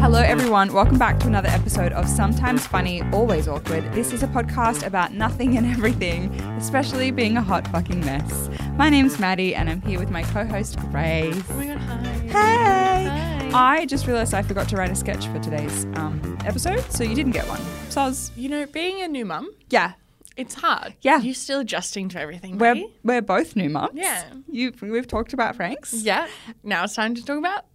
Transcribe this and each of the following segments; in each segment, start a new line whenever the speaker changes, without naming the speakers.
Hello, everyone. Welcome back to another episode of Sometimes Funny, Always Awkward. This is a podcast about nothing and everything, especially being a hot fucking mess. My name's Maddie, and I'm here with my co host, Grace.
Oh my god, hi.
Hey!
Hi.
I just realised I forgot to write a sketch for today's um, episode, so you didn't get one. So I was,
You know, being a new mum,
yeah,
it's hard.
Yeah.
You're still adjusting to everything.
we're,
right?
we're both new mums.
Yeah.
You, we've talked about Frank's.
Yeah. Now it's time to talk about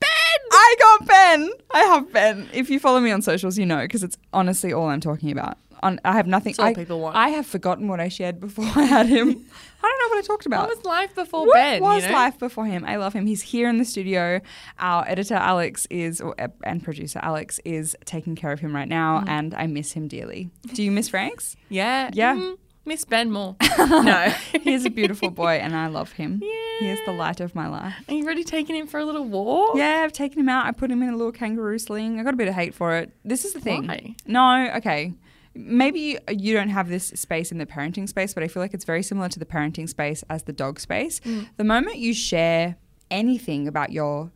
Ben!
I got Ben. I have Ben. If you follow me on socials, you know because it's honestly all I'm talking about. On, I have nothing.
It's all
I,
people want.
I have forgotten what I shared before I had him. I don't know what I talked about.
What was life before
What
Ben?
was
you know?
life before him? I love him. He's here in the studio. Our editor Alex is, or, ep- and producer Alex is taking care of him right now,
Mm.
and I miss him dearly. Do you miss Franks?
Yeah.
Yeah.
Mm, miss Ben more. no.
He's a beautiful boy, and I love him. He is the
Yeah.
light of my life.
Are you already taking him for a little walk?
Yeah, I've taken him out. I put him in a little kangaroo sling. I got a bit of hate for it. This is the thing.
Why?
No, okay. Maybe you don't have this space in the parenting space, but I feel like it's very similar to the parenting space as the dog space. The moment you share anything about your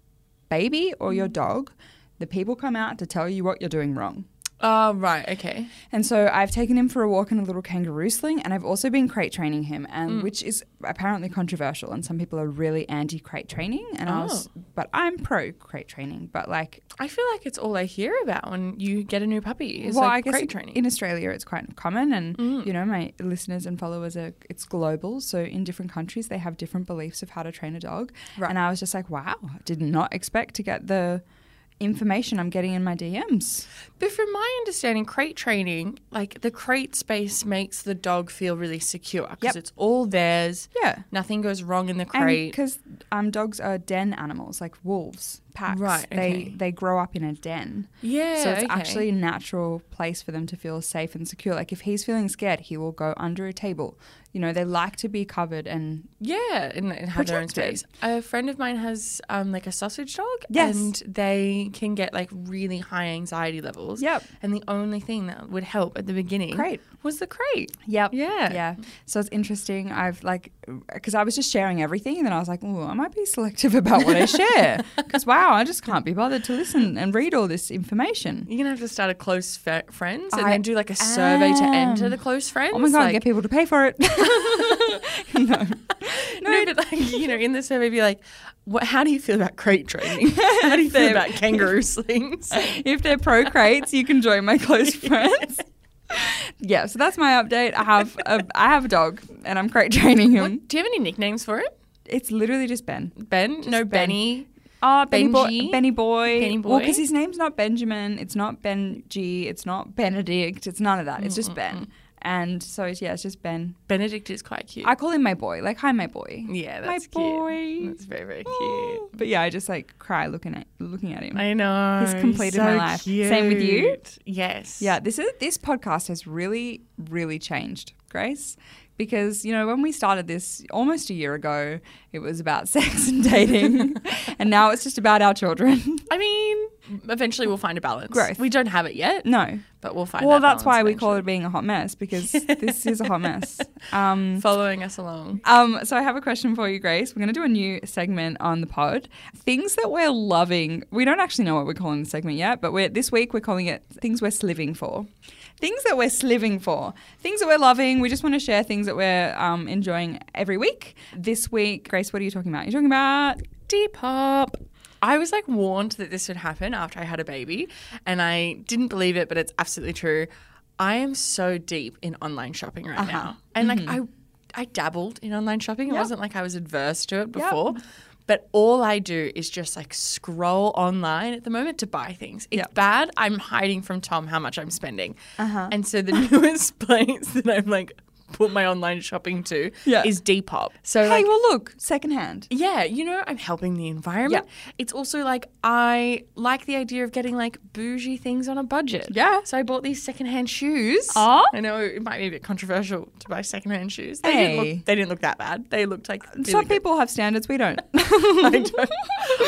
baby or your dog, the people come out to tell you what you're doing wrong.
Oh, right. Okay.
And so I've taken him for a walk in a little kangaroo sling, and I've also been crate training him,
Mm.
and which is apparently controversial. And some people are really anti crate training, and
Oh.
I was, but I'm pro crate training. But like,
I feel like it's all I hear about when you get a new puppy. It's
well,
like
I guess
crate
in-
training.
in Australia it's quite common, and
Mm.
you know my listeners and followers are it's global. So in different countries they have different beliefs of how to train a dog.
Right.
And I was just like, wow, I did not expect to get the information I'm getting in my DMs.
But from my understanding, crate training, like the crate space makes the dog feel really secure because
Yep.
it's all theirs.
Yeah.
Nothing goes wrong in the crate.
Because um, dogs are den animals, like wolves, packs.
Right, okay.
They they grow up in a den,
yeah.
so it's
okay.
actually a natural place for them to feel safe and secure. Like if he's feeling scared, he will go under a table. You know, they like to be covered and
Yeah, and, and have their own
Protected.
space. A friend of mine has um, like a sausage dog,
Yes.
and they can get like really high anxiety levels.
Yep.
And the only thing that would help at the beginning
Crate.
was the crate.
Yep.
Yeah.
Yeah. So it's interesting. I've like, because I was just sharing everything, and then I was like, oh, I might be selective about what I share. Because wow, I just can't be bothered to listen and read all this information.
You're gonna have to start a close fa- friends and
I
then do like a survey to enter
am.
the close friends.
Oh my god,
like,
get people to pay for it. no.
no, but like you know, in the survey, be like, what? How do you feel about crate training? How do you feel
They're-
about kangaroo slings?
if they're pro crates, you can join my close friends. Yeah, so that's my update. I have a I have a dog and I'm crate training him.
What- do you have any nicknames for it?
It's literally just Ben.
Ben? no,
Ben.
Ah, Benny.
Oh, Benny
Benji?
Boy. Benny Boy.
Benny Boy?
because his name's not Benjamin. It's not Benji. It's not Benedict. It's none of that. It's
Mm,
just Ben. And so it's, yeah, it's just Ben.
Benedict is quite cute.
I call him my boy. Like, hi, my boy.
yeah,
my
that's cute.
boy.
That's very very cute.
Oh. But yeah, I just like cry looking at looking at him.
I know.
He's completed my life. Same with you?
cute. Yes.
Yeah, this is this podcast has really, really changed, Grace. Because, you know, when we started this almost a year ago, it was about sex and dating. and now it's just about our children.
I mean, eventually we'll find a balance.
Growth.
We don't have it yet,
no.
but we'll find.
well,
that
that's why
balance
we call it
eventually.
being a hot mess because this is a hot mess. Um,
following us along.
um, so I have a question for you, Grace. We're going to do a new segment on the pod. Things that we're loving. We don't actually know what we're calling the segment yet, but we're this week we're calling it things we're sliving for. Things that we're sliving for. Things that we're loving. We just want to share things that we're um, enjoying every week. This week, Grace, what are you talking about? You're talking about
Deep hop. I was like warned that this would happen after I had a baby, and I didn't believe it, but it's absolutely true. I am so deep in online shopping right now, and like I, I dabbled in online shopping. It
Uh-huh. Mm-hmm. Yep.
wasn't like I was adverse to it before. But all I do is just like scroll online at the moment to buy things. It's
Yep. Uh-huh.
bad. I'm hiding from Tom how much I'm spending. And so the newest place that I'm like put my online shopping to
Yeah.
is Depop. So
hey,
like,
well, look, secondhand.
yeah, you know, I'm helping the environment. It's also like I like the idea of getting like bougie things on a budget.
Yeah.
So I bought these secondhand shoes.
Aw.
I know it might be a bit controversial to buy secondhand shoes. They didn't
Hey.
look they didn't look that bad. They looked like really
Some
good.
people have standards. We don't.
I, don't-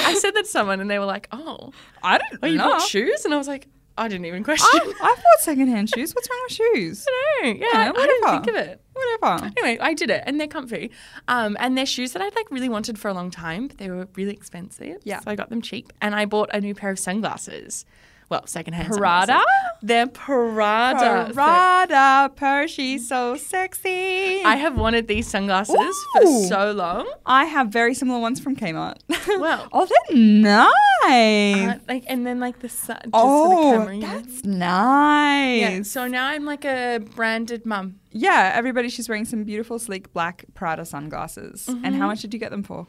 I said that to someone and they were like, "Oh,
I don't
well, Oh, you Oh,
know.
bought shoes?" And I was like, I didn't even question.
I, I bought secondhand shoes. What's wrong with shoes?
I don't know. Yeah,
Yeah,
I didn't
whatever.
think of it.
Whatever.
Anyway, I did it, and they're comfy, um, and they're shoes that I'd like really wanted for a long time, but they were really expensive.
Yeah.
so I got them cheap, and I bought a new pair of sunglasses. Well, secondhand
Prada?
sunglasses. They're Prada. So
Prada, Percy, so sexy.
I have wanted these sunglasses
Ooh.
for so long.
I have very similar ones from Kmart.
Wow.
oh, they're nice.
Uh, like, and then like the sun. Just for the
Mm. oh,
camera, you know?
that's nice.
Yeah, so now I'm like a branded mum.
Yeah, everybody, she's wearing some beautiful, sleek black Prada sunglasses. And
Mm-hmm.
how much did you get them for?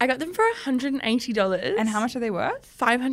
I got them for $180.
And how much are they worth?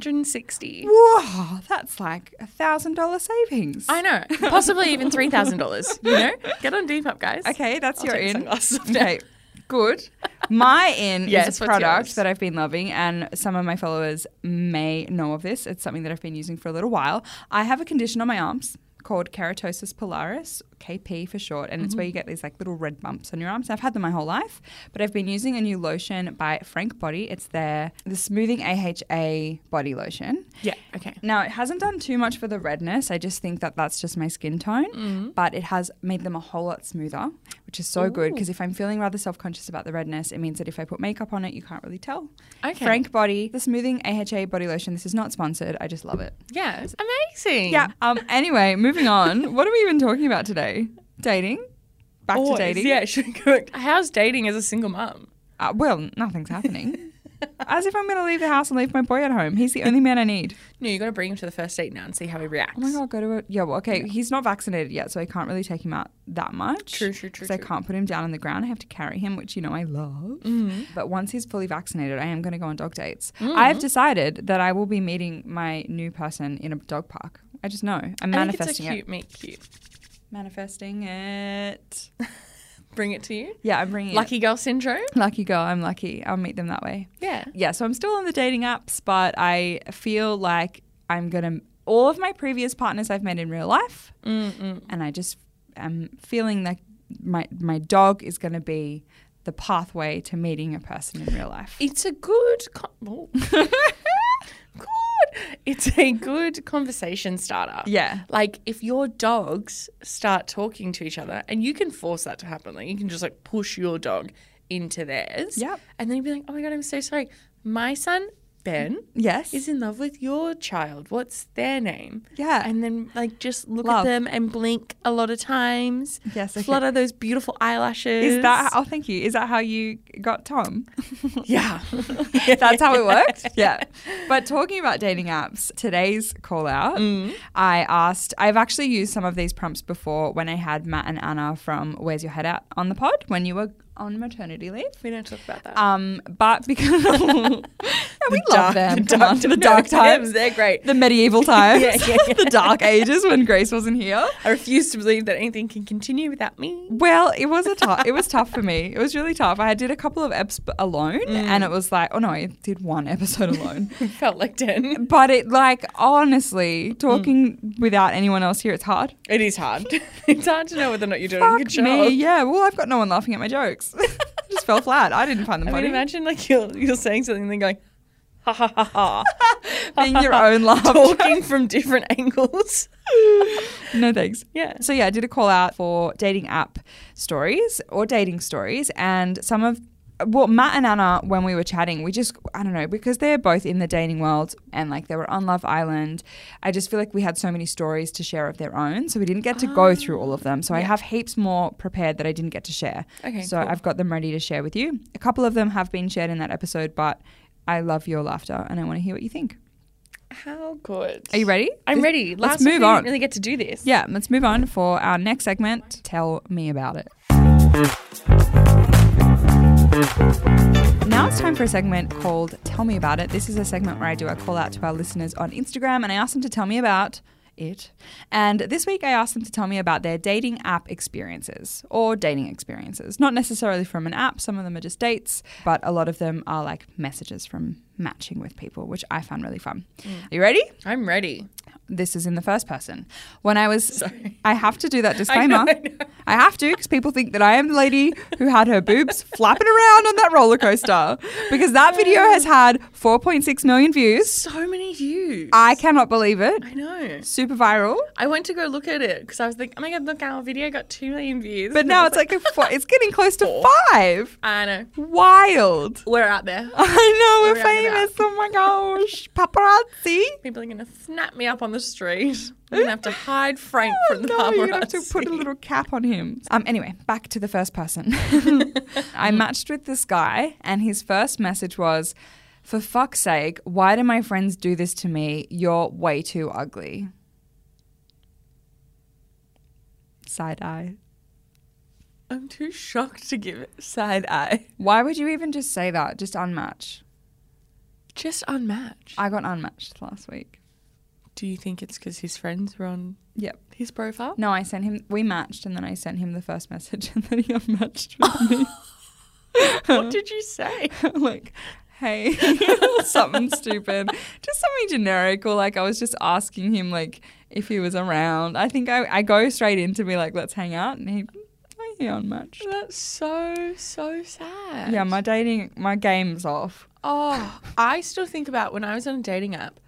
560
Whoa, that's like a thousand dollar savings.
I know. Possibly even $3,000. You know? Get on Depop, guys.
Okay, that's
I'll
your
take the
in.
sunglasses off now.
Okay, good. My in
Yes,
is a
what's
product
yours?
that I've been loving, and some of my followers may know of this. It's something that I've been using for a little while. I have a condition on my arms called keratosis pilaris, KP for short, and it's
Mm-hmm.
where you get these like little red bumps on your arms. I've had them my whole life, but I've been using a new lotion by Frank Body. It's their the smoothing AHA body lotion.
Yeah, okay.
Now, it hasn't done too much for the redness. I just think that that's just my skin tone, but it has made them a whole lot smoother, which is so good because if I'm feeling rather self conscious about the redness, it means that if I put makeup on it, you can't really tell.
Okay.
Frank Body, the smoothing AHA body lotion. This is not sponsored. I just love it.
Yeah, it's amazing.
Yeah. Um. Anyway, moving on. what are we even talking about today? Dating? Back
Always.
to dating?
Yeah, should go. How's dating as a single mum?
Uh, well, nothing's happening. As if I'm going to leave the house and leave my boy at home. He's the only man I need.
No, you got to bring him to the first date now and see how he reacts.
Oh my god, go to a yeah. Well, okay, he's not vaccinated yet, so I can't really take him out that much.
True, true, true,
Because I
true.
can't put him down on the ground. I have to carry him, which you know I love.
Mm.
But once he's fully vaccinated, I am going to go on dog dates. I have decided that I will be meeting my new person in a dog park. I just know. I'm
I think it's a
manifesting
cute,
it.
meet cute.
Manifesting it.
Bring it to you.
Yeah, I'm bringing
Lucky girl syndrome.
it. Lucky girl, I'm lucky. I'll meet them that way.
Yeah.
yeah, so I'm still on the dating apps, but I feel like I'm gonna all of my previous partners I've met in real life, and I just am feeling like my my dog is gonna be the pathway to meeting a person in real life.
It's a good. Con- oh. good. It's a good conversation starter.
Yeah.
Like if your dogs start talking to each other, and you can force that to happen. Like you can just like push your dog into theirs.
Yep.
And then you'd be like, oh my god, I'm so sorry. My son Ben
Yes.
is in love with your child. What's their name?
Yeah.
And then like just look
Love.
at them and blink a lot of times.
Yes, okay.
Flutter those beautiful eyelashes.
Is that? Oh, thank you. Is that how you got Tom?
yeah?
That's how it worked. Yeah. But talking about dating apps, today's call out,
Mm.
I asked, I've actually used some of these prompts before when I had Matt and Anna from Where's Your Head At on the pod when you were on maternity leave.
we don't talk about that.
Um, but because yeah, we love
dark-
them.
the
Come
dark-
on, the dark times,
They're great.
the medieval times,
Yeah, yeah, yeah.
the dark ages when Grace wasn't here.
I refuse to believe that anything can continue without me.
Well, it was a tough. It was tough for me. It was really tough. I did a couple of eps alone,
Mm.
and it was like, oh no, I did one episode alone.
Felt like 10.
But it like honestly, talking
Mm.
without anyone else here, it's hard.
It is hard. it's hard to know whether or not you're doing a
Fuck
good
me,
job.
yeah. Well, I've got no one laughing at my jokes. Just fell flat. I didn't find
I
them
mean,
funny.
imagine like you're, you're saying something and then going, ha ha ha ha.
Being your own laugh.
Talking from different angles.
no thanks.
Yeah.
So yeah, I did a call out for dating app stories or dating stories, and some of well, Matt and Anna, when we were chatting, we just I don't know because they're both in the dating world and like they were on Love Island. I just feel like we had so many stories to share of their own, so we didn't get to
Ah.
go through all of them. So I have heaps more prepared that I didn't get to share.
Okay,
So
cool.
I've got them ready to share with you. A couple of them have been shared in that episode, but I love your laughter and I want to hear what you think.
How good.
Are you ready?
I'm
This-
ready.
Let's
Last week
move
we
on.
didn't really get to do this.
Yeah, let's move on for our next segment. Tell me about it. Now it's time for a segment called Tell Me About It. This is a segment where I do a call out to our listeners on Instagram and I ask them to tell me about it. And this week I asked them to tell me about their dating app experiences or dating experiences. Not necessarily from an app, some of them are just dates, but a lot of them are like messages from matching with people, which I found really fun. Are you ready?
I'm ready.
this is in the first person. When I was, I have to do that
I
disclaimer.
know,
I,
I know.
have to because people think that I am the lady who had her boobs flapping around on that roller coaster because that video has had 4.6 million views.
Um, So many views. juice.
I cannot believe it.
I know.
Super viral.
I went to go look at it because I was like, oh my god, look, our video got two million views.
But
And
now
I
it's
was
like a four, it's getting close to
Four.
five.
I know.
Wild.
We're out there.
I know we're
We're out and
famous. Oh my gosh, paparazzi.
People are gonna snap me up on the street. I'm gonna have to hide Frank from the
Oh, no,
paparazzi.
you're gonna have to put a little cap on him. Um. Anyway, back to the first person. I matched with this guy, and his first message was, "For fuck's sake, why do my friends do this to me? You're way too ugly." Side eye.
I'm too shocked to give it.
Side eye. Why would you even just say that? Just unmatch.
Just unmatched.
I got unmatched last week.
Do you think it's because his friends were on
Yep.
his profile?
No, I sent him. We matched, and then I sent him the first message, and then he unmatched with me.
what did you say?
like, hey, something stupid, just something generic, or like I was just asking him like if he was around. I think I, I go straight in to be like, let's hang out, and he "Oh, he unmatched.
That's so so sad.
Yeah, my dating, my game's off.
Oh, I still think about when I was on a dating app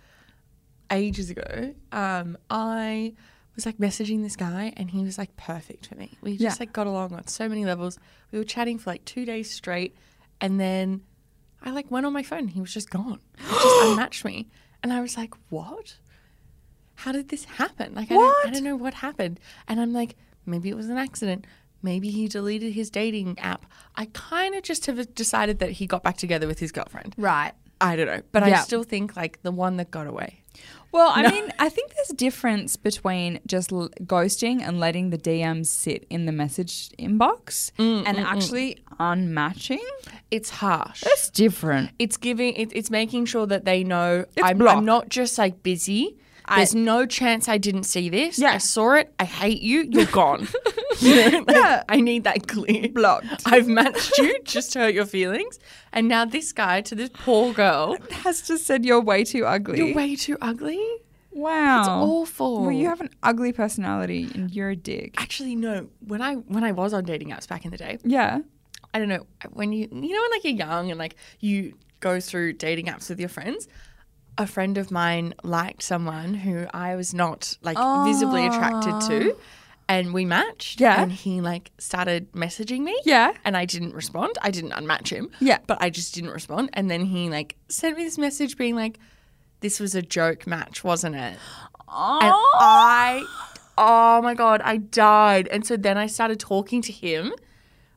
ages ago. Um, I was like messaging this guy, and he was like perfect for me. We just
Yeah.
like got along on so many levels. We were chatting for like two days straight, and then I like went on my phone. And he was just gone. He just unmatched me, and I was like, "What? How did this happen? Like, I don't, I
What?
don't know what happened." And I'm like, maybe it was an accident. Maybe he deleted his dating app. I kind of just have decided that he got back together with his girlfriend.
Right.
I don't know, but
Yeah.
I still think like the one that got away.
Well, I mean, I think there's a difference between just l- ghosting and letting the DM sit in the message inbox and actually unmatching.
It's harsh.
That's different.
It's giving. It, it's making sure that they know I'm,
block.
I'm not just like busy. There's no chance I didn't see this.
Yeah.
I saw it. I hate you. You're gone. You know, like, I need that clear.
Blocked.
I've matched you just to hurt your feelings, and now this guy to this poor girl.
Has just said you're way too ugly.
You're way too ugly.
wow.
It's awful.
Well, you have an ugly personality and you're a dick.
Actually, no. When I when I was on dating apps back in the day,
Yeah.
I don't know when you you know when like you're young and like you go through dating apps with your friends. A friend of mine liked someone who I was not like visibly attracted to, and we matched.
Yeah.
and he like started messaging me.
Yeah.
and I didn't respond. I didn't unmatch him.
Yeah.
but I just didn't respond. And then he like sent me this message being like, "This was a joke match, wasn't it?" And I, oh my god, I died. And so then I started talking to him,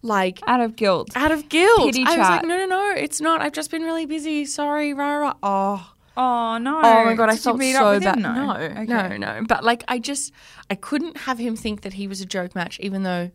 like
Out of guilt.
out of guilt.
Pity
I was
chat.
like, no, no, no, it's not. I've just been really busy. Sorry, rah, rah. Oh,
Oh no.
oh my god, I
Did you
felt
meet up
so
with him?
bad. No, no,
Okay.
no, But like, I just, I couldn't have him think that he was a joke match, even though,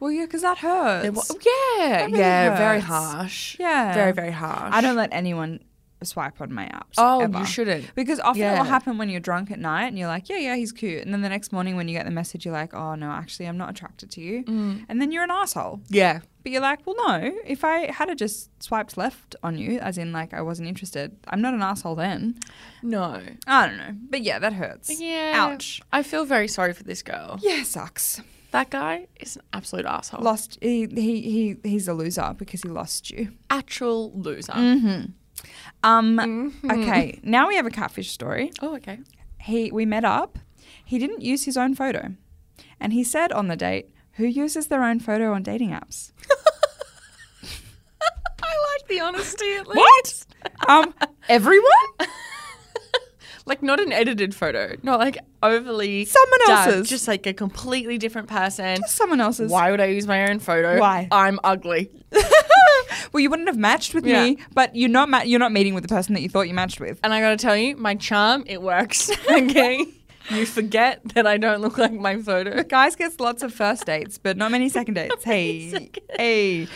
Well, yeah, because that hurts.
it was, yeah,
really
yeah, very
hurts.
harsh.
Yeah.
very, very harsh.
I don't let anyone swipe on my apps.
Oh,
ever.
you shouldn't.
Because often it
Yeah.
will happen when you're drunk at night and you're like, yeah, yeah, he's cute. And then the next morning when you get the message, you're like, oh, no, actually, I'm not attracted to you.
Mm.
And then you're an asshole.
Yeah,
But you're like, well, no, if I had have just swiped left on you, as in like I wasn't interested, I'm not an asshole then.
no.
I don't know. But yeah, that hurts.
Yeah.
Ouch.
I feel very sorry for this girl.
Yeah, sucks.
That guy is an absolute asshole.
Lost. He, he, he, he's a loser because he lost you.
Actual loser. Mm-hmm.
Um, Okay, now we have a catfish story.
Oh, okay.
He, we met up. He didn't use his own photo. And he said on the date, who uses their own photo on dating apps?
I like the honesty at least.
What? um, everyone?
like not an edited photo, not like overly
Someone
done,
else's.
just like a completely different person.
Someone else's.
Why would I use my own photo?
Why?
I'm ugly.
well, you wouldn't have matched with
Yeah.
me, but you're not ma- you're not meeting with the person that you thought you matched with.
And I gotta tell you, my charm it works. Okay, you forget that I don't look like my photo.
Guys gets lots of first dates, but not many second dates. hey, hey,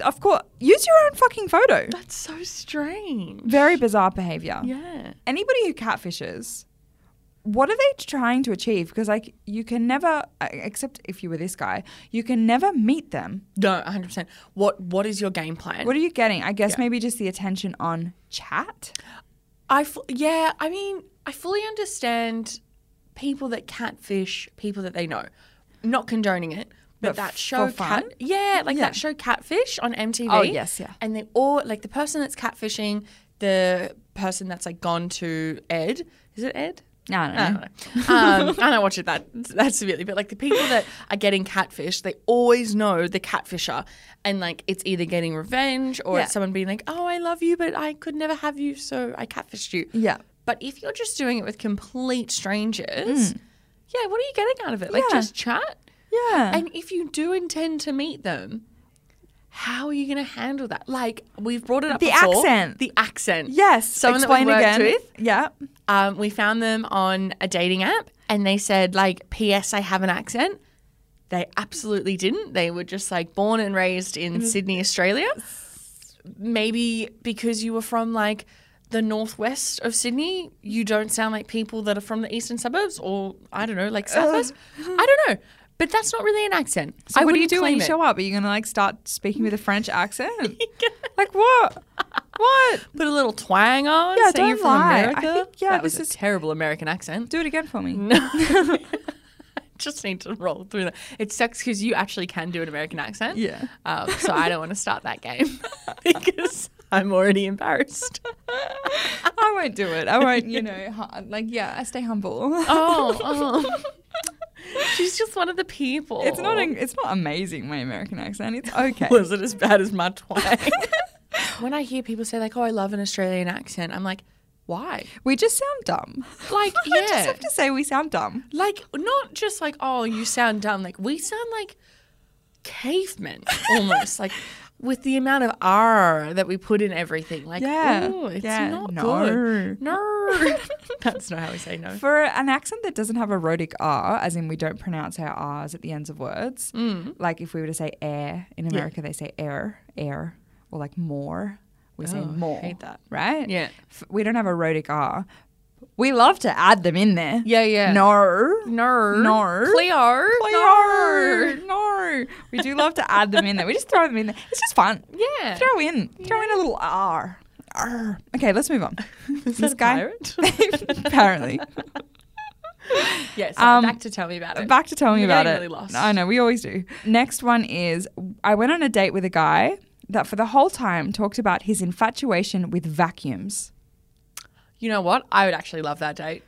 of course, use your own fucking photo.
That's so strange.
Very bizarre behavior.
Yeah.
Anybody who catfishes, what are they trying to achieve? Because like you can never, e-, except if you were this guy, you can never meet them.
No, 100. percent What What is your game plan?
What are you getting? I guess
Yeah.
maybe just the attention on chat.
I fu- yeah, I mean, I fully understand people that catfish people that they know. Not condoning it, but,
But
that
for
show
fun?
cat yeah, like
Yeah.
that show Catfish on MTV.
Oh, yes, yeah.
And they all like the person that's catfishing, the person that's like gone to Ed Is it Ed?
No, I
I
don't know.
don't know.
Oh.
Um, I don't watch it that that severely, but like the people that are getting catfish, they always know the catfisher, and like it's either getting revenge or
Yeah.
it's someone being like, "Oh, I love you, but I could never have you, so I catfished you."
Yeah.
But if you're just doing it with complete strangers, yeah, what are you getting out of it? Like
Mm. Yeah.
just chat.
Yeah.
And if you do intend to meet them, how are you going to handle that? Like we've brought it up
The
before.
accent.
the accent.
yes.
Someone
explain
that we worked
again.
with
Yeah.
um, we found them on a dating app and they said like ps i have an accent they absolutely didn't they were just like born and raised in
Mm-hmm.
sydney australia maybe because you were from like the northwest of sydney you don't sound like people that are from the eastern suburbs or i don't know like southwest i don't know but that's not really an accent
Uh-huh. So
I
what do you
wouldn't
do when
claim
you
it.
show up? Are you gonna like start speaking with a French accent? like what? What?
put a little twang on
Yeah,
say you're
don't
from
lie. I
america
think- yeah,
that was
this
a
is-
terrible american accent
Do it again for me.
No. Just need to roll through that. It sucks because you actually can do an American accent.
Yeah.
Um, so I don't want to start that game because I'm already embarrassed.
I won't do it. I won't, you know, hu- like yeah, I stay humble.
Oh, oh. she's just one of the people.
It's not an, it's not amazing my American accent. It's okay.
Was it as bad as my twang? when I hear people say like, "Oh, I love an Australian accent," I'm like, "Why?"
we just sound dumb.
Like,
I just have to say we sound dumb.
Like, not just like, oh, you sound dumb. Like, we sound like cavemen almost. like, with the amount of R that we put in everything. Like,
Yeah.
ooh, it's
Yeah.
not
No.
good. No. That's not how we say no.
For an accent that doesn't have a rhotic R, as in we don't pronounce our R's at the ends of words,
Mm.
like if we were to say air in America, they say air, air, or like more, we say
Oh,
more.
hate that.
Right?
Yeah.
F- we don't have a rhotic R. We love to add them in there.
Yeah, yeah.
No.
No.
No.
Cleo.
No.
No.
No. We do love to add them in there. We just throw them in there. It's just fun.
Yeah.
Throw in. Throw in a little R. R. Okay, let's move on.
that a
apparently.
Yes.
Um,
back to tell me about it.
Back to tell me
We're
about it.
getting really lost.
I know, we always do. Next one is I went on a date with a guy that for the whole time talked about his infatuation with vacuums.
You know what? I would actually love that date.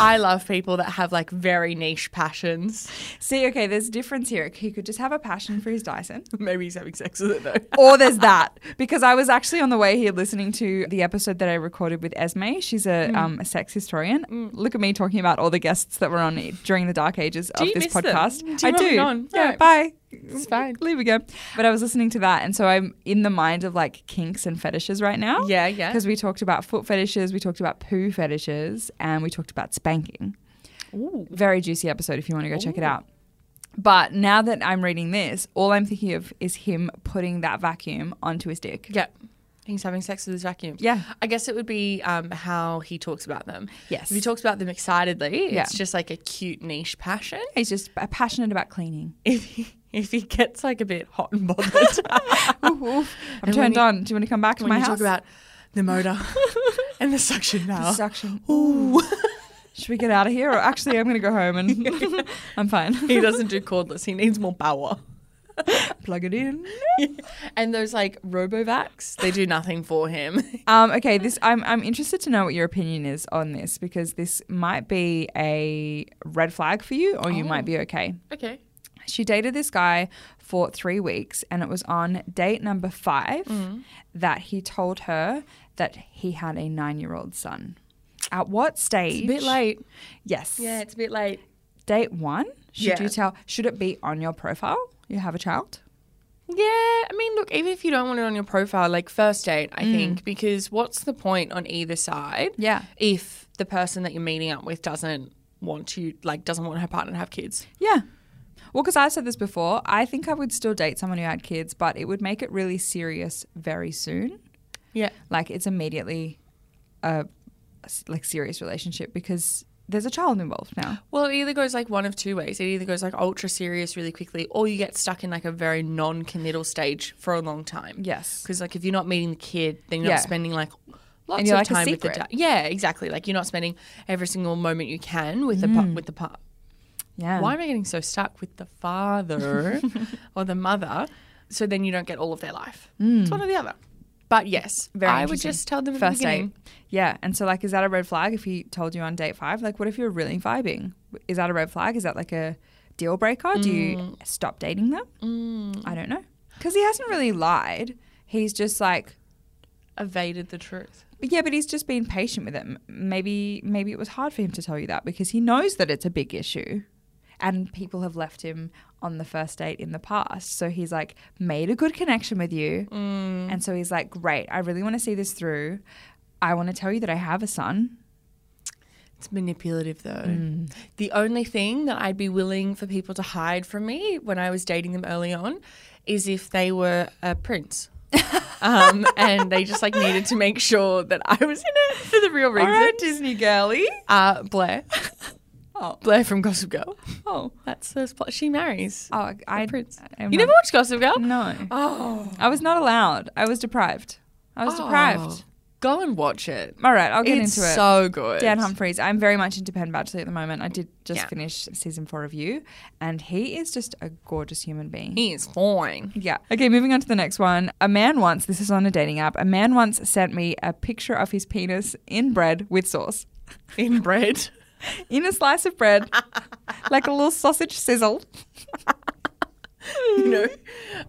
I love people that have like very niche passions.
See, okay, there's a difference here. He could just have a passion for his Dyson.
Maybe he's having sex with it though.
or there's that because I was actually on the way here listening to the episode that I recorded with Esme. She's a,
Mm.
um, a sex historian. Look at me talking about all the guests that were on it during the dark ages
you
of this
miss them?
podcast.
Do you
I
want me
do.
gone?
Yeah,
Alright.
bye.
It's fine.
Leave again. But I was listening to that, and so I'm in the mind of like kinks and fetishes right now.
Yeah, yeah.
Because we talked about foot fetishes, we talked about poo fetishes, and we talked about spanking.
Ooh.
Very juicy episode if you want to go check it out. But now that I'm reading this, all I'm thinking of is him putting that vacuum onto his dick.
Yeah. He's having sex with his vacuum.
Yeah.
I guess it would be um, how he talks about them.
Yes.
If he talks about them excitedly,
Yeah.
it's just like a cute niche passion.
He's just uh, passionate about cleaning.
If he, if he gets like a bit hot and bothered,
I'm
Ah. when
turned
you-
on. Do you want to come back to
when
my
you
house?
talk about the motor and the
The
suction now.
suction. Should we get out of here? Or actually, I'm going to go home and I'm fine.
he doesn't do cordless. He needs more power.
Plug it in.
and those like Robovacs, they do nothing for him.
Um, okay, this I'm I'm interested to know what your opinion is on this because this might be a red flag for you, or you might
Oh.
be okay.
Okay.
She dated this guy for three weeks, and it was on date number five
Mm.
that he told her that he had a nine-year-old son. At what stage?
A bit late.
Yes.
Yeah, it's a bit late.
Date one. Should
Yeah.
you tell? Should it be on your profile? You have a child.
Yeah, I mean, look, even if you don't want it on your profile, like first date, I think, because what's the point on either side?
Yeah.
If the person that you're meeting up with doesn't want to, like, doesn't want her partner to have kids.
Yeah. Well, because I've said this before, I think I would still date someone who had kids, but it would make it really serious very soon.
Yeah.
Like it's immediately a s- like serious relationship because there's a child involved now.
Well, it either goes like one of two ways. It either goes like ultra serious really quickly, or you get stuck in like a very non committal stage for a long time.
Yes.
Because, like, if you're not meeting the kid, then you're
Yeah.
not spending like lots
you're
of
like a
time with the dad.
secret.
Yeah, exactly. Like, you're not spending every single moment you can with the
Mm.
par- with the part.
Yeah.
Why am I getting so stuck with the father or the mother? So then you don't get all of their life. It's one or the other. But yes,
Very
Hmm. I would
interesting.
just tell them at the
First date.
beginning.
Yeah. And so, like, is that a red flag if he told you on date five? Like, what if you're really vibing? Is that a red flag? Is that like a deal breaker? Do you
Mm.
stop dating them? I don't know. Because he hasn't really lied. He's just like,
evaded the truth.
but yeah, but he's just been patient with it. M- Maybe, maybe it was hard for him to tell you that because he knows that it's a big issue, and people have left him on the first date in the past. So he's like made a good connection with you,
Mm.
and so he's like, great, I really want to see this through. I want to tell you that I have a son.
It's manipulative though. The only thing that I'd be willing for people to hide from me when I was dating them early on is if they were a prince. um, and they just like needed to make sure that I was in it for the real reason.
Disney girly.
Uh, Blair.
Oh,
Blair from Gossip Girl.
oh,
That's the spot. She marries.
oh! I,
a prince.
I'm
you
not-
never watched Gossip Girl?
No,
Oh.
I was not allowed. I was deprived. I was deprived.
Go and watch it.
All right, I'll get
Oh. it's
into it.
so good.
Dan Humphreys. I'm very much into Penn Badgley at the moment. I did just
Yeah.
finish season four of You, and he is just a gorgeous human being.
He is fine.
Yeah. Okay, moving on to the next one. A man once, this is on a dating app, a man once sent me a picture of his penis in bread with sauce.
Inbred.
In a slice of bread, like a little sausage sizzle.
you know,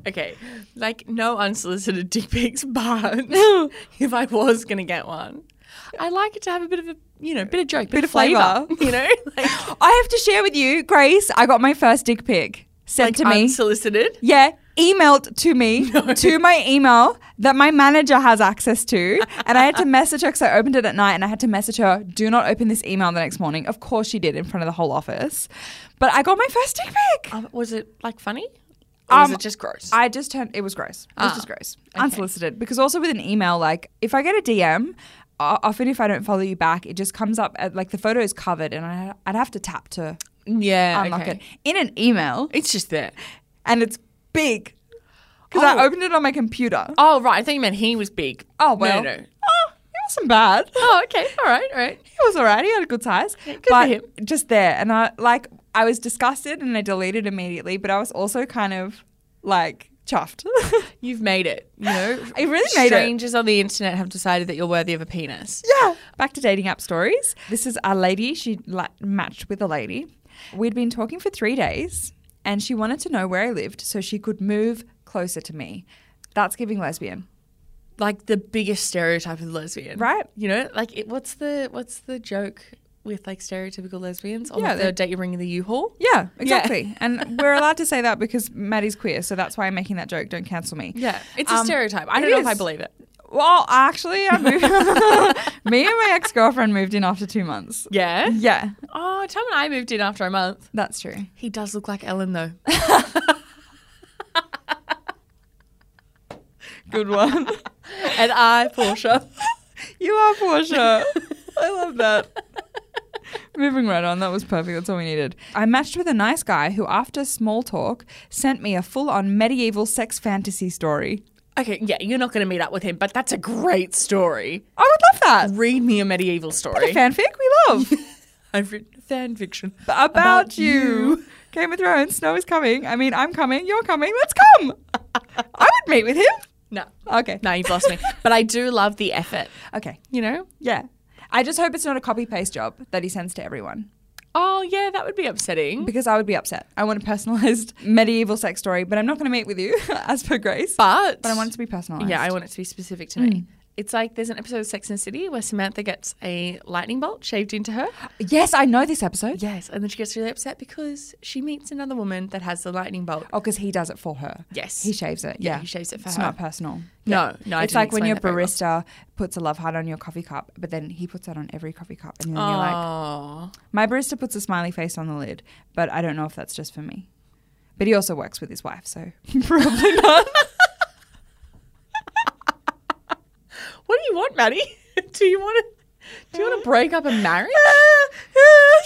okay, like no unsolicited dick pics, but if I was gonna get one, I like it to have a bit of a you know bit of joke, bit, of flavor,
flavour.
you know, like,
I have to share with you, Grace, I got my first dick pic sent to me.
unsolicited.
Yeah, emailed to me to my email that my manager has access to, and I had to message her because I opened it at night, and I had to message her, "Do not open this email the next morning." Of course, she did in front of the whole office, but I got my first dick pic.
Um, was it like funny? Or was
Um,
it just gross?
I just turned. It was gross. It was
Ah,
just gross, unsolicited. Because also with an email, like if I get a DM. o- Often, if I don't follow you back, it just comes up at, like the photo is covered, and I, I'd have to tap to
yeah,
unlock it. In an email,
It's just there.
and it's big because
Oh.
I opened it on my computer.
Oh right, I think you meant he was big.
Oh
No,
well.
no, no.
Oh, he wasn't bad.
Oh okay, all right, all right.
He was alright. He had a good size.
for
but
him.
just there, and I like I was disgusted and I deleted immediately, but I was also kind of like chuffed.
You've made it. You know,
I really made it.
strangers on the internet have decided that you're worthy of a penis.
Yeah. Back to dating app stories. This is a lady. She la- matched with a lady. We'd been talking for three days, and she wanted to know where I lived so she could move closer to me. That's giving lesbian.
like the biggest stereotype of lesbian,
Right.
You know, like it, what's the what's the joke with like stereotypical lesbians on
Yeah,
the
they-
date you bring in the U-Haul?
Yeah, exactly. And we're allowed to say that because Maddie's queer, so that's why I'm making that joke. Don't cancel me.
Yeah, it's a
Um,
stereotype. I
it
don't know if I
is.
believe it.
Well, actually, I moved. me and my ex girlfriend moved in after two months.
Yeah.
Yeah,
Oh, Tom and I moved in after a month.
that's true.
He does look like Ellen though.
Good one.
and I, Portia.
you are Portia. I love that. Moving right on, that was perfect. That's all we needed. I matched with a nice guy who, after small talk, sent me a full on medieval sex fantasy story.
Okay, yeah, you're not going to meet up with him, but that's a great story.
I would love that.
Read me a medieval
The
story.
fanfic we love.
I've written fan fiction
about, you. Game of Thrones, Snow is coming. I mean, I'm coming, you're coming, let's come. I would meet with him.
No,
Okay.
no, you've lost me. But I do love the effort.
Okay.
You know.
Yeah. I just hope it's not a copy paste job that he sends to everyone
Oh yeah, that would be upsetting.
because I would be upset. I want a personalized medieval sex story, but I'm not going to meet with you as per Grace.
But Hmm.
But I want it to be personalized.
Yeah, I want it to be specific to me. It's like there's an episode of Sex and the City where Samantha gets a lightning bolt shaved into her.
yes, I know this episode.
Yes, and then she gets really upset because she meets another woman that has the lightning bolt.
Oh, because he does it for her.
Yes.
He shaves it.
Yeah,
Yeah.
he shaves it for
it's
her.
not personal.
No, no, I
it's
didn't
like when
explain
your
that very well.
barista puts a love heart on your coffee cup, but then he puts that on every coffee cup, and then you're like,
Oh,
My barista puts a smiley face on the lid, but I don't know if that's just for me. But he also works with his wife, so probably not.
what do you want, Maddie? do you want to? Do you want to break up a marriage?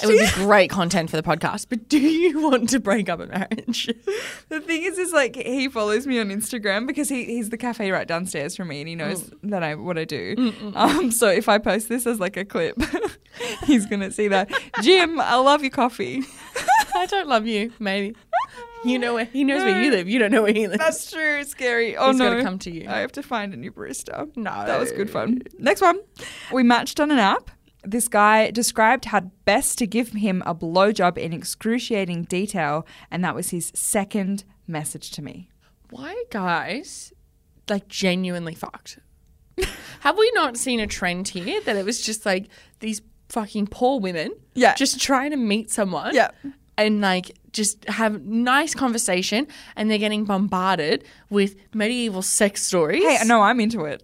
It would be great content for the podcast, but do you want to break up a marriage?
the thing is, is like he follows me on Instagram because he, he's the cafe right downstairs from me, and he knows
Mm.
that I what I do. Um, so if I post this as like a clip, he's gonna see that. Jim, I love your coffee.
I don't love you, maybe. You know where he knows where you live. You don't know where he lives.
That's true. Scary. Oh
He's
no.
gotta come to you.
I have to find a new barista.
No.
That was good fun. Next one. We matched on an app. This guy described how best to give him a blowjob in excruciating detail, and that was his second message to me.
Why are guys like genuinely fucked? Have we not seen a trend here that it was just like these fucking poor women
Yeah.
just trying to meet someone
Yeah.
and like just have nice conversation and they're getting bombarded with medieval sex stories.
Hey, no, I'm into it.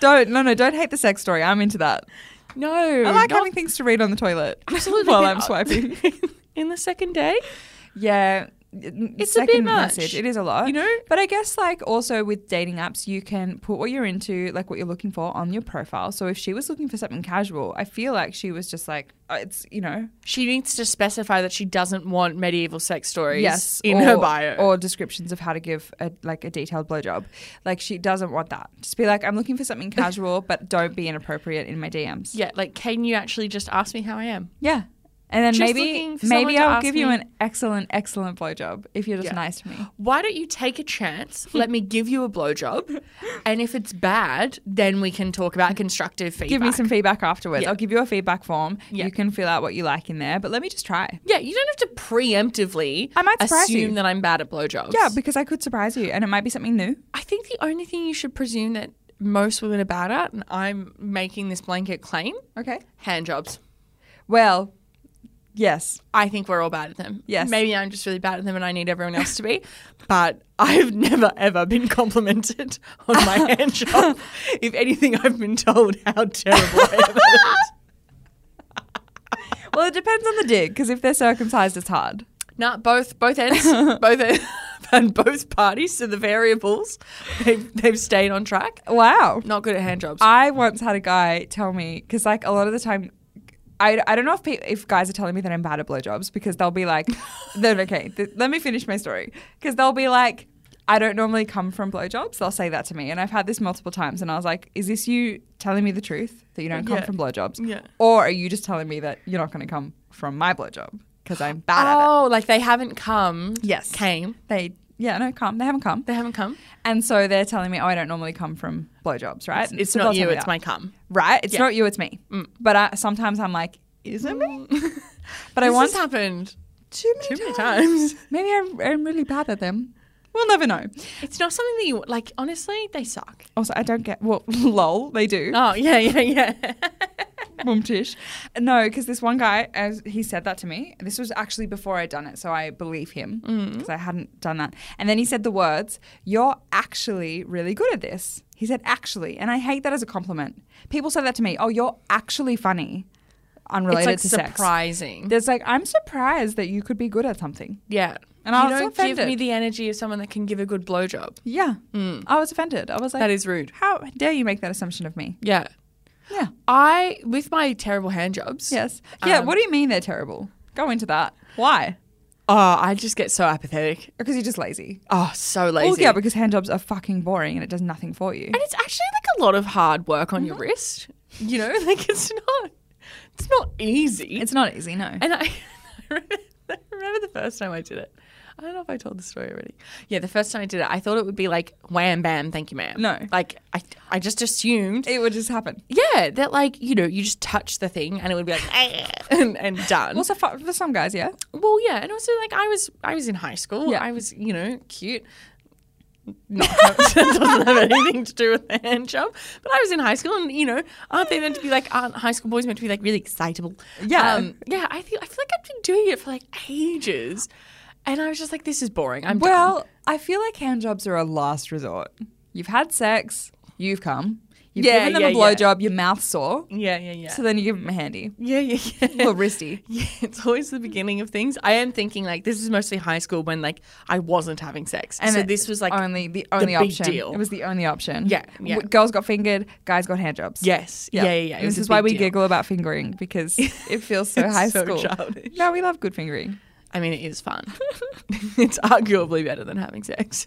don't no no don't hate the sex story. I'm into that.
No,
I like
not
having things to read on the toilet
absolutely
while
not.
I'm swiping.
in the second day.
Yeah.
It's
It's
a bit
second
much.
message. It is a lot.
You know?
But I guess like also with dating apps, you can put what you're into, like what you're looking for on your profile. So if she was looking for something casual, I feel like she was just like uh, it's you know
She needs to specify that she doesn't want medieval sex stories
yes
in
or-
her bio.
or descriptions of how to give a like a detailed blowjob. Like she doesn't want that. Just be like I'm looking for something casual, but don't be inappropriate in my DMs.
yeah, like can you actually just ask me how I am?
Yeah. And then
Just
maybe
looking for someone
maybe
to
I'll
ask
give you
me-
an excellent excellent blowjob if you're just
Yeah.
nice to me.
Why don't you take a chance? Let me give you a blowjob, and if it's bad, then we can talk about constructive feedback.
give me some feedback afterwards.
Yeah.
I'll give you a feedback form.
Yeah.
You can fill out what you like in there, but let me just try.
Yeah, you don't have to preemptively.
I might surprise
assume
you.
that I'm bad at blowjobs.
Yeah, because I could surprise you and it might be something new.
I think the only thing you should presume that most women are bad at, and I'm making this blanket claim,
Okay.
hand jobs.
Well, yes.
I think we're all bad at them.
Yes.
Maybe I'm just really bad at them and I need everyone else to be. But I've never, ever been complimented on my hand job. If anything, I've been told how terrible I am. at it.
Well, it depends on the dig because if they're circumcised, it's hard.
Nah, both both ends, both ends, and both parties to the variables, they've, they've stayed on track.
Wow.
Not good at hand jobs.
I once had a guy tell me because like a lot of the time. I, I don't know if pe- if guys are telling me that I'm bad at blowjobs because they'll be like, then okay, th- let me finish my story because they'll be like, I don't normally come from blowjobs. They'll say that to me, and I've had this multiple times, and I was like, is this you telling me the truth that you don't come
Yeah.
from blowjobs,
Yeah.
or are you just telling me that you're not going to come from my blowjob because I'm bad at it?
oh, like they haven't come.
Yes.
Came.
They yeah no come they haven't come,
They haven't come.
and so they're telling me oh I don't normally come from blowjobs right?
It's, it's
So they'll
not
tell
you,
me
it's
that.
my cum.
Right? It's
Yeah. Mm.
not you, it's me. But I, sometimes I'm like, is it me? But I
This
once
has happened
too
too many times.
Maybe I'm, I'm really bad at them. We'll never know.
It's not something that you like. Honestly, they suck.
Also, I don't get well. Lol, they do.
Oh yeah, yeah, yeah.
Boomtish. No, because this one guy, as he said that to me. This was actually before I'd done it, so I believe him
Mm.
because I hadn't done that. And then he said the words, "You're actually really good at this." He said "actually," and I hate that as a compliment. People say that to me. Oh, you're actually funny.
it's
Unrelated
like
to sex.
surprising.
There's like, I'm surprised that you could be good at something.
Yeah,
And
you
I was
don't
offended.
give me the energy of someone that can give a good blowjob.
Yeah. I was offended. I was like,
Mm. That is rude.
how dare you make that assumption of me?
Yeah,
Yeah.
I with my terrible hand jobs.
Yes. Yeah.
Um,
what do you mean they're terrible? Go into that. Why?
Oh, I just get so apathetic.
Because you're just lazy.
Oh, so lazy.
Well, yeah, because hand jobs are fucking boring and it does nothing for you.
and it's actually like a lot of hard work on your wrist. You know, like it's not, it's not easy.
It's not easy, no.
And I, I remember the first time I did it. I don't know if I told the story already. Yeah, the first time I did it, I thought it would be like wham bam, thank you ma'am.
No.
like I, I just assumed.
It would just happen.
yeah, that like you know you just touch the thing and it would be like and, and done.
Also, for, for some guys, yeah.
Well, yeah, and also like I was I was in high school.
Yeah.
I was you know cute. No, that doesn't have anything to do with the hand job. But I was in high school, and you know, aren't they meant to be like? Aren't high school boys meant to be like really excitable? Um,
Yeah.
yeah. I feel I feel like I've been doing it for like ages, and I was just like, this is boring. I'm done.
Well, I feel like hand jobs are a last resort. You've had sex, you've come, you've
Yeah,
given them a
yeah, yeah.
blowjob, your mouth's sore,
Yeah, yeah, yeah,
so then you give them a handy.
yeah, yeah, yeah.
Or wristy.
Yeah, it's always the beginning of things. I am thinking like this is mostly high school when like I wasn't having sex, and so
it-
this was like
only the only
big
option.
deal.
It was the only option.
Yeah, yeah.
W- girls got fingered, guys got handjobs.
yes, yeah, yeah, yeah. It
And
was
This
a
is why
big
we
deal.
giggle about fingering because it feels so
It's
high
so
school.
childish.
No, we love good fingering.
I mean, it is fun. it's arguably better than having sex.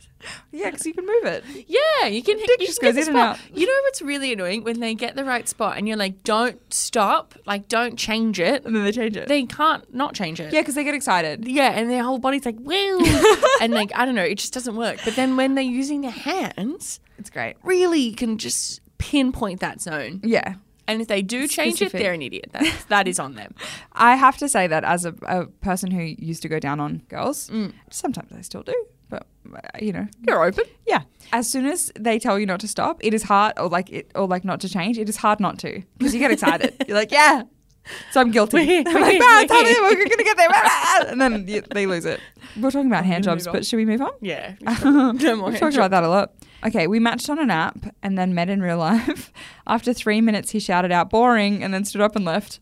Yeah, because you can move it.
Yeah, you can.
dick
you
just
can
goes
get the
in and
spot. You know what's really annoying when they get the right spot and you're like, don't stop, like don't change it.
And then they change it.
They can't not change it.
yeah, because they get excited.
Yeah, and their whole body's like, woo. and like, I don't know, it just doesn't work. But then when they're using their hands,
It's great.
really you can just pinpoint that zone.
Yeah.
And if they do change
Specific.
it, they're an idiot. That's, that is on them.
I have to say that as a, a person who used to go down on girls,
Mm.
sometimes I still do, but uh, you know,
You're open.
yeah. As soon as they tell you not to stop, it is hard, or like it, or like not to change. It is hard not to because you get excited. You're like, yeah. So I'm guilty.
We're here,
I'm
we're
like,
here,
"Ah,
we're
tell me
here."
we're gonna get there, and then you, they lose it. We're talking about hand
gonna
jobs,
move on.
but should we move on?
Yeah. No more
We've
hand
talked about that a lot. Okay, we matched on an app and then met in real life. After three minutes, he shouted out "boring" and then stood up and left.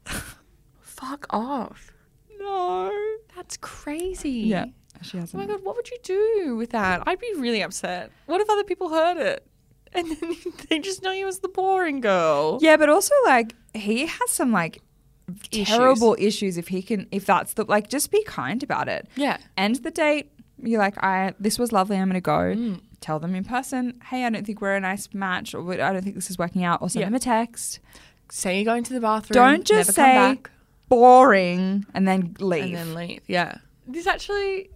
Fuck off.
no.
That's crazy.
Yeah, she hasn't.
Oh my god, what would you do with that? I'd be really upset. What if other people heard it? And then they just know you as the boring girl.
Yeah, but also like he has some like terrible issues if he can if that's the like just be kind about it.
Yeah.
End the date. You're like, I this was lovely, I'm gonna go.
Mm.
Tell them in person, hey, I don't think we're a nice match or I don't think this is working out, or send
Yeah.
them a text.
Say you're going to the bathroom.
Don't just
never
say
come back.
boring and then leave.
and then leave. Yeah. This actually,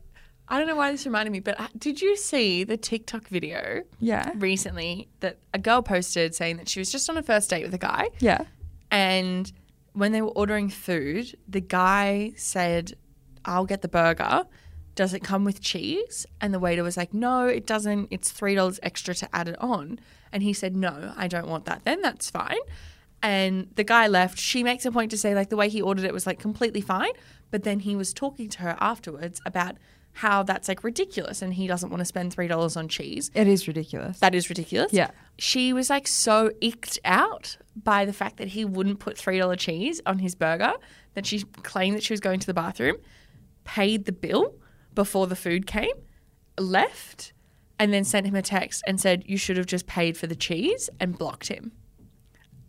I don't know why this reminded me, but uh, did you see the TikTok video
yeah.
recently that a girl posted saying that she was just on a first date with a guy
Yeah.
and when they were ordering food, the guy said, I'll get the burger. Does it come with cheese? And the waiter was like, No, it doesn't. It's $3 extra to add it on. And he said, No, I don't want that then. That's fine. And the guy left. She makes a point to say, like, the way he ordered it was like completely fine. But then he was talking to her afterwards about how that's like ridiculous and he doesn't want to spend $3 on cheese.
It is ridiculous.
That is ridiculous.
Yeah.
She was like so icked out by the fact that he wouldn't put $3 cheese on his burger that she claimed that she was going to the bathroom, paid the bill before the food came, left, and then sent him a text and said, You should have just paid for the cheese and blocked him.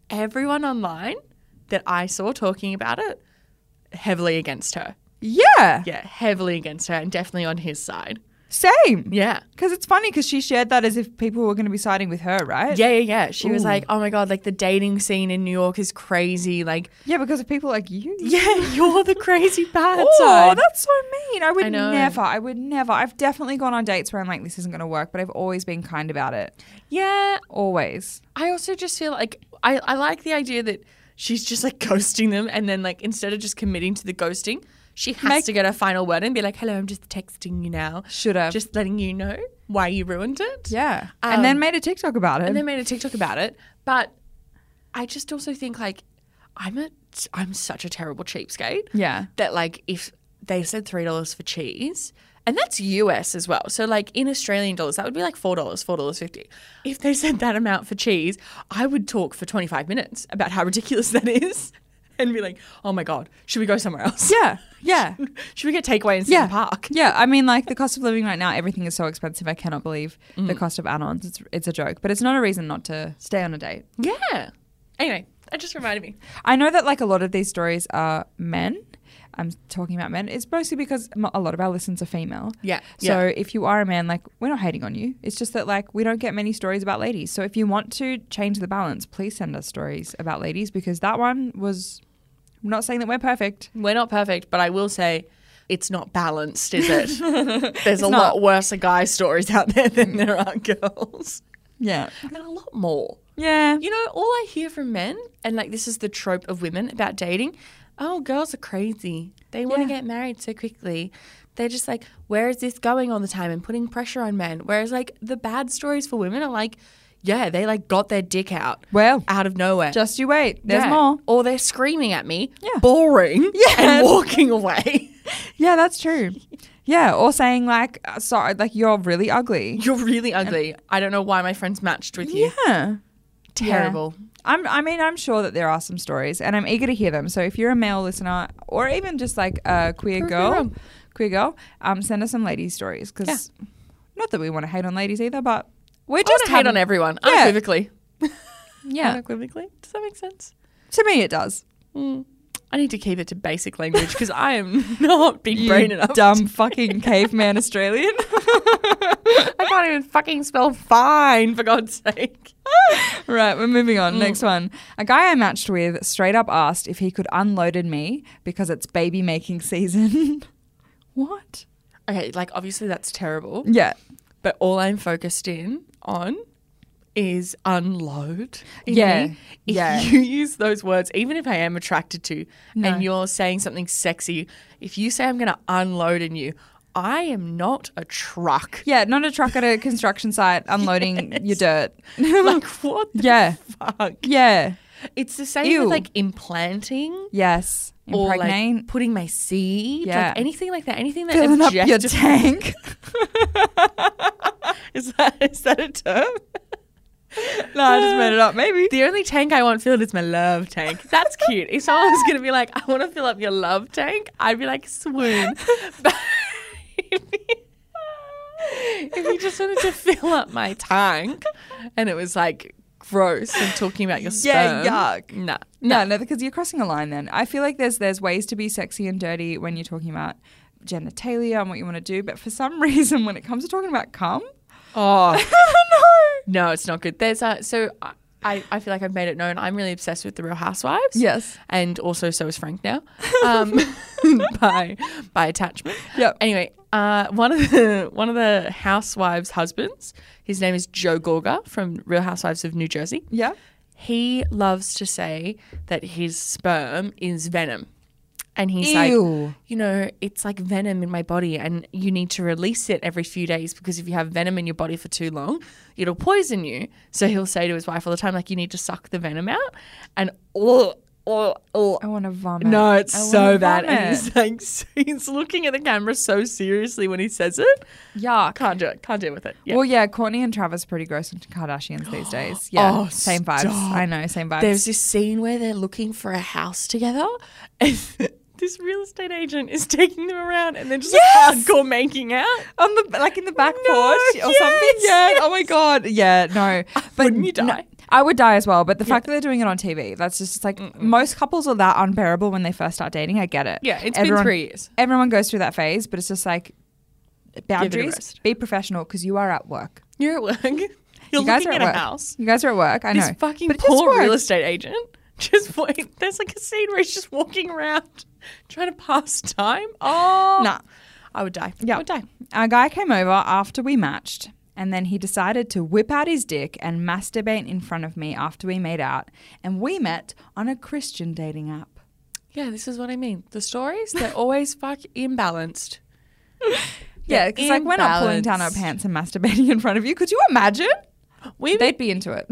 Everyone online that I saw talking about it, heavily against her.
yeah.
Yeah, heavily against her and definitely on his side.
Same.
Yeah.
Because it's funny because she shared that as if people were going to be siding with her, right?
Yeah, yeah, yeah. She was
Ooh.
like, "Oh my god, like the dating scene in New York is crazy." Like,
Yeah, because of people like you.
yeah, you're the crazy bad
Oh,
side.
that's so mean. I would
I know.
never. I would never. I've definitely gone on dates where I'm like, this isn't going to work, but I've always been kind about it.
yeah,
Always.
I also just feel like I I like the idea that she's just like ghosting them, and then like instead of just committing to the ghosting, she has
Make-
to get her final word and be like, "Hello, I'm just texting you now,
Should have.
just letting you know why you ruined it."
yeah.
Um,
and then made a TikTok about it.
and they made a TikTok about it. But I just also think like I'm a I'm such a terrible cheapskate.
yeah.
that like if they said three dollars for cheese and that's US as well. So like in Australian dollars, that would be like four dollars, four dollars fifty. If they said that amount for cheese, I would talk for twenty five minutes about how ridiculous that is, and be like, "Oh my god, should we go somewhere else?
Yeah. Yeah.
should we get takeaway in
Yeah.
Central Park?"
Yeah. I mean, like the cost of living right now, everything is so expensive. I cannot believe
Mm.
the cost of add-ons. It's, it's a joke, but it's not a reason not to stay on a date.
Yeah. Anyway, that just reminded me.
I know that like a lot of these stories are men. I'm talking about men. It's mostly because m- a lot of our listeners are female.
Yeah,
So
yeah.
if you are a man, like we're not hating on you. It's just that like we don't get many stories about ladies. So if you want to change the balance, please send us stories about ladies because that one was. I'm not saying that we're perfect.
We're not perfect, but I will say. It's not balanced, is it? There's a
not.
lot worse guy stories out there than there are girls.
Yeah.
And a lot more.
Yeah.
You know, all I hear from men, and like this is the trope of women about dating oh, girls are crazy. They want to
Yeah.
get married so quickly. They're just like, where is this going all the time and putting pressure on men? Whereas, like, the bad stories for women are like, yeah, they like got their dick out
Well,
out of nowhere.
just you wait. There's
Yeah.
more.
Or they're screaming at me,
Yeah.
boring,
Yes.
and walking away.
Yeah, that's true. Yeah. Or saying like, uh, sorry, like you're really ugly.
You're really ugly. I don't know why my friends matched with you.
Yeah.
Terrible.
I'm, I mean, I'm sure that there are some stories, and I'm eager to hear them. So if you're a male listener, or even just like a queer
Prove me
girl,
wrong.
queer girl, um, send us some ladies' stories because not that we want to hate on ladies either, but we're just
I wanna hate on
having-
everyone,
Yeah.
unequivocally.
Yeah,
Unequivocally. Does that make sense?
to me it does.
Mm, I need to keep it to basic language because I am not big brain
You
enough.
dumb fucking caveman Australian.
I can't even fucking spell fine, for God's sake.
right, we're moving
Mm.
on. Next one. A guy I matched with straight up asked if he could unloaded me because it's baby making season. what?
Okay, like obviously that's terrible,
Yeah.
but all I'm focused in on is unload. in
Yeah,
me. If
yeah.
you use those words, even if I am attracted to,
No.
and you're saying something sexy, if you say I'm going to unload in you, I am not a truck.
Yeah, not a truck at a construction site unloading your dirt.
like what the
Yeah.
fuck?
Yeah.
It's the same
Ew.
with like implanting.
Yes.
Or
Impregnate.
like putting my seed,
Yeah.
like anything like that, anything that
filling up your
objectifies
tank.
Is that is that a term?
no, I just made it up. Maybe.
The only tank I want filled is my love tank. That's cute. If someone was gonna be like, I want to fill up your love tank, I'd be like, swoon. But if you- if you just wanted to fill up my tank, and it was like gross and talking about your
Yeah,
sperm,
yuck.
Nah,
No, no, because you're crossing a line then. I feel like there's there's ways to be sexy and dirty when you're talking about genitalia and what you want to do, but for some reason when it comes to talking about cum,
oh
no.
no, it's not good. There's a so. I, I, I feel like I've made it known I'm really obsessed with the Real Housewives.
Yes.
and also so is Frank now, um, by by attachment.
Yep.
Anyway, uh, one of the one of the housewives' husbands, his name is Joe Gorga from Real Housewives of New Jersey.
Yeah.
He loves to say that his sperm is venom, and he's
Ew.
like, you know, it's like venom in my body, and you need to release it every few days because if you have venom in your body for too long, it'll poison you. So he'll say to his wife all the time, like, you need to suck the venom out, and oh, oh, oh,
I want to vomit.
no, it's
I
so
wanna
bad. And
vomit.
he's like, he's looking at the camera so seriously when he says it.
Yuck.
Can't do it. Can't deal with it. Yeah.
Well, yeah, Courtney and Travis are pretty gross into Kardashians these days. Yeah,
Oh,
same vibes.
stop.
I know, same vibes.
There's this scene where they're looking for a house together, and this real estate agent is taking them around, and they're just
Yes!
hardcore making out.
on the like in the back
No,
porch or
yes,
something. Yeah. Oh my god. Yeah. No. But
Wouldn't you
no,
die?
I would die as well. But the fact that they're doing it on TV, that's just it's like most couples are that unbearable when they first start dating. I get it.
Yeah, it's
it's
been three years.
Everyone goes through that phase, but it's just like boundaries.
rest.
Be professional because you are at work.
You're at work. You're
you guys
looking
are at
at a
work.
house.
You guys are at work. I
This
know.
fucking
But it just
poor real
works.
estate agent. Just wait. There's like a scene where he's just walking around trying to pass time. Oh,
Nah.
I would die.
Yeah.
I would die.
Our guy came over after we matched, and then he decided to whip out his dick and masturbate in front of me after we made out. And we met on a Christian dating app.
Yeah, this is what I mean. The stories, they're always fuck imbalanced.
Yeah, because like we're not pulling down our
imbalanced.
pants and masturbating in front of you. Could you imagine?
We
They'd be into it.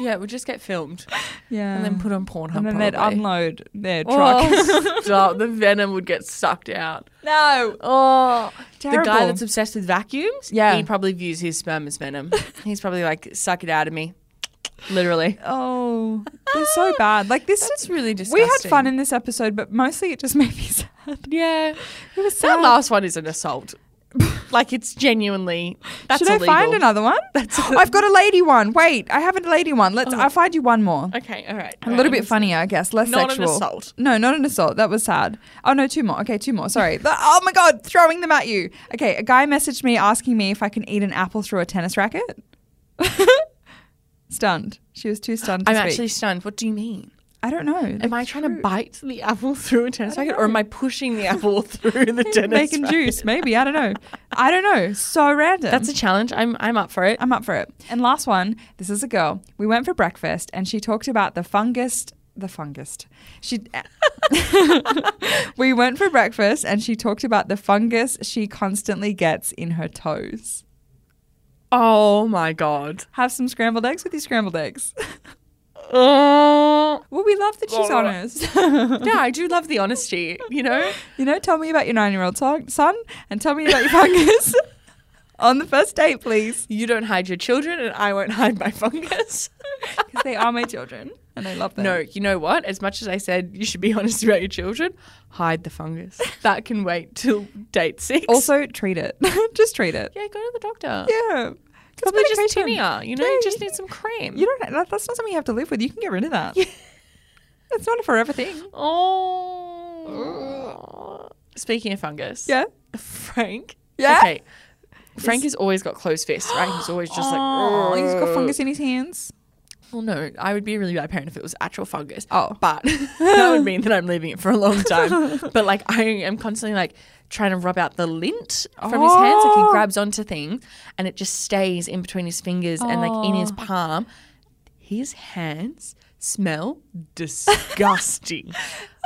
yeah, we just get filmed
yeah.
and then put on Pornhub.
Um, and then they'd
probably.
unload their truck.
Oh, stop. The venom would get sucked out.
no.
Oh,
Terrible.
the guy that's obsessed with vacuums.
Yeah.
he probably views his sperm as venom. He's probably like, suck it out of me, literally.
Oh, they're so bad. Like this.
That's really
we
disgusting.
had fun in this episode, but mostly it just made me sad.
yeah.
It was
That
sad.
last one is an assault. like it's genuinely. That's
Should
illegal.
I find another one?
That's- Oh.
I've got a lady one. Wait, I have a lady one. Let's. I'll find you one more.
Okay, all right.
A little bit funnier, I guess. Less
Not an
sexual.
assault.
No, not an assault. That was sad. Oh no, two more. Okay, two more. Sorry. The- oh my god, throwing them at you. Okay, a guy messaged me asking me if I can eat an apple through a tennis racket. stunned. She was too stunned to
I'm
speak.
actually stunned. What do you mean?
I don't know.
Am I trying to bite the apple through a tennis racket, or am I pushing the apple through the tennis
making
racket?
juice? Maybe I don't know. I don't know. So random.
That's a challenge. I'm I'm up for it.
I'm up for it. And last one, this is a girl. We went for breakfast and she talked about the fungus, the fungus. She We went for breakfast and she talked about the fungus she constantly gets in her toes.
Oh my god.
Have some scrambled eggs with your scrambled eggs.
Oh.
well, we love that she's honest.
Yeah, I do love the honesty. You know,
you know, tell me about your 9-year-old so- son and tell me about your fungus on the first date, please,
you don't hide your children, and I won't hide my fungus.
because they are my children and I love them.
No, you know what? As much as I said you should be honest about your children, hide the fungus. That can wait till date six.
Also, treat it. Just treat it.
yeah, go to the doctor.
Yeah.
It's probably just
medication.
tinea. You know,
Yeah,
you just need some cream.
You don't. That, that's not something you have to live with. You can get rid of that. It's not a forever thing.
Oh. Speaking of fungus.
Yeah.
Frank.
Yeah?
Okay. Frank has always got closed fists, right? He's always just like,
Oh,
"Ugh."
he's got fungus in his hands.
well, no, I would be a really bad parent if it was actual fungus.
Oh.
But that would mean that I'm leaving it for a long time. but like, I am constantly like trying to rub out the lint from his hands. Like,
Oh.
he grabs onto things and it just stays in between his fingers and like in
Oh.
his palm. His hands smell disgusting.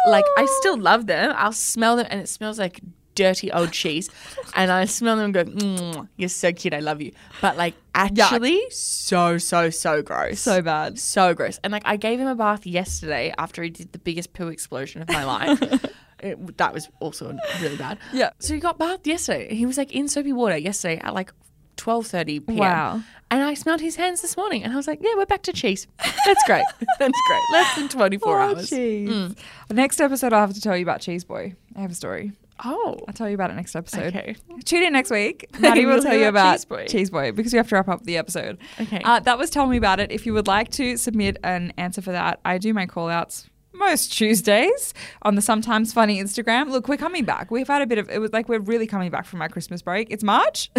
like, I still love them. I'll smell them and it smells like dirty old cheese. And I smell them and go, mm, you're so cute. I love you. But like, actually, so, so, so gross.
So bad.
So gross. And like, I gave him a bath yesterday after he did the biggest poo explosion of my life. It, that was also really bad.
Yeah.
So he got bathed yesterday. He was like in soapy water yesterday at like 12:30 p.m.
Wow.
And I smelled his hands this morning, and I was like, "Yeah, we're back to cheese. That's great. That's great. Less than 24
oh,
hours."
cheese. Next episode, I'll have to tell you about Cheese Boy. I have a story.
Oh,
I'll tell you about it next episode.
okay.
Tune in next week. Maddie will
We'll
tell
hear
you about
about
Cheese
Cheese Boy.
Boy. because we have to wrap up the episode.
Okay.
Uh, that was Tell Me About It. If you would like to submit an answer for that, I do my call outs most Tuesdays on the Sometimes Funny Instagram. Look, we're coming back. We've had a bit of it was like we're really coming back from our Christmas break. It's March.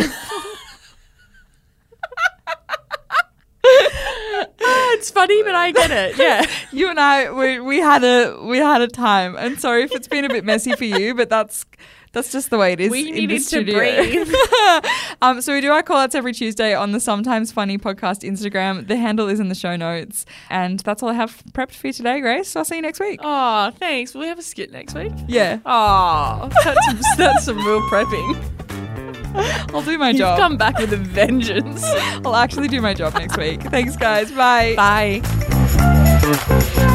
it's funny, but I get it. Yeah.
you and I we, we had a we had a time. And sorry if it's been a bit messy for you, but that's that's just the way it is.
We
in the
needed to
studio.
breathe.
um, so we do our call outs every Tuesday on the Sometimes Funny podcast Instagram. The handle is in the show notes. And that's all I have prepped for you today, Grace. So I'll see you next week.
oh, thanks. Will we have a skit next week?
Yeah.
Oh, that's, that's some real prepping.
I'll do my
You've
job.
come back with a vengeance.
I'll actually do my job next week. Thanks, guys. Bye.
Bye.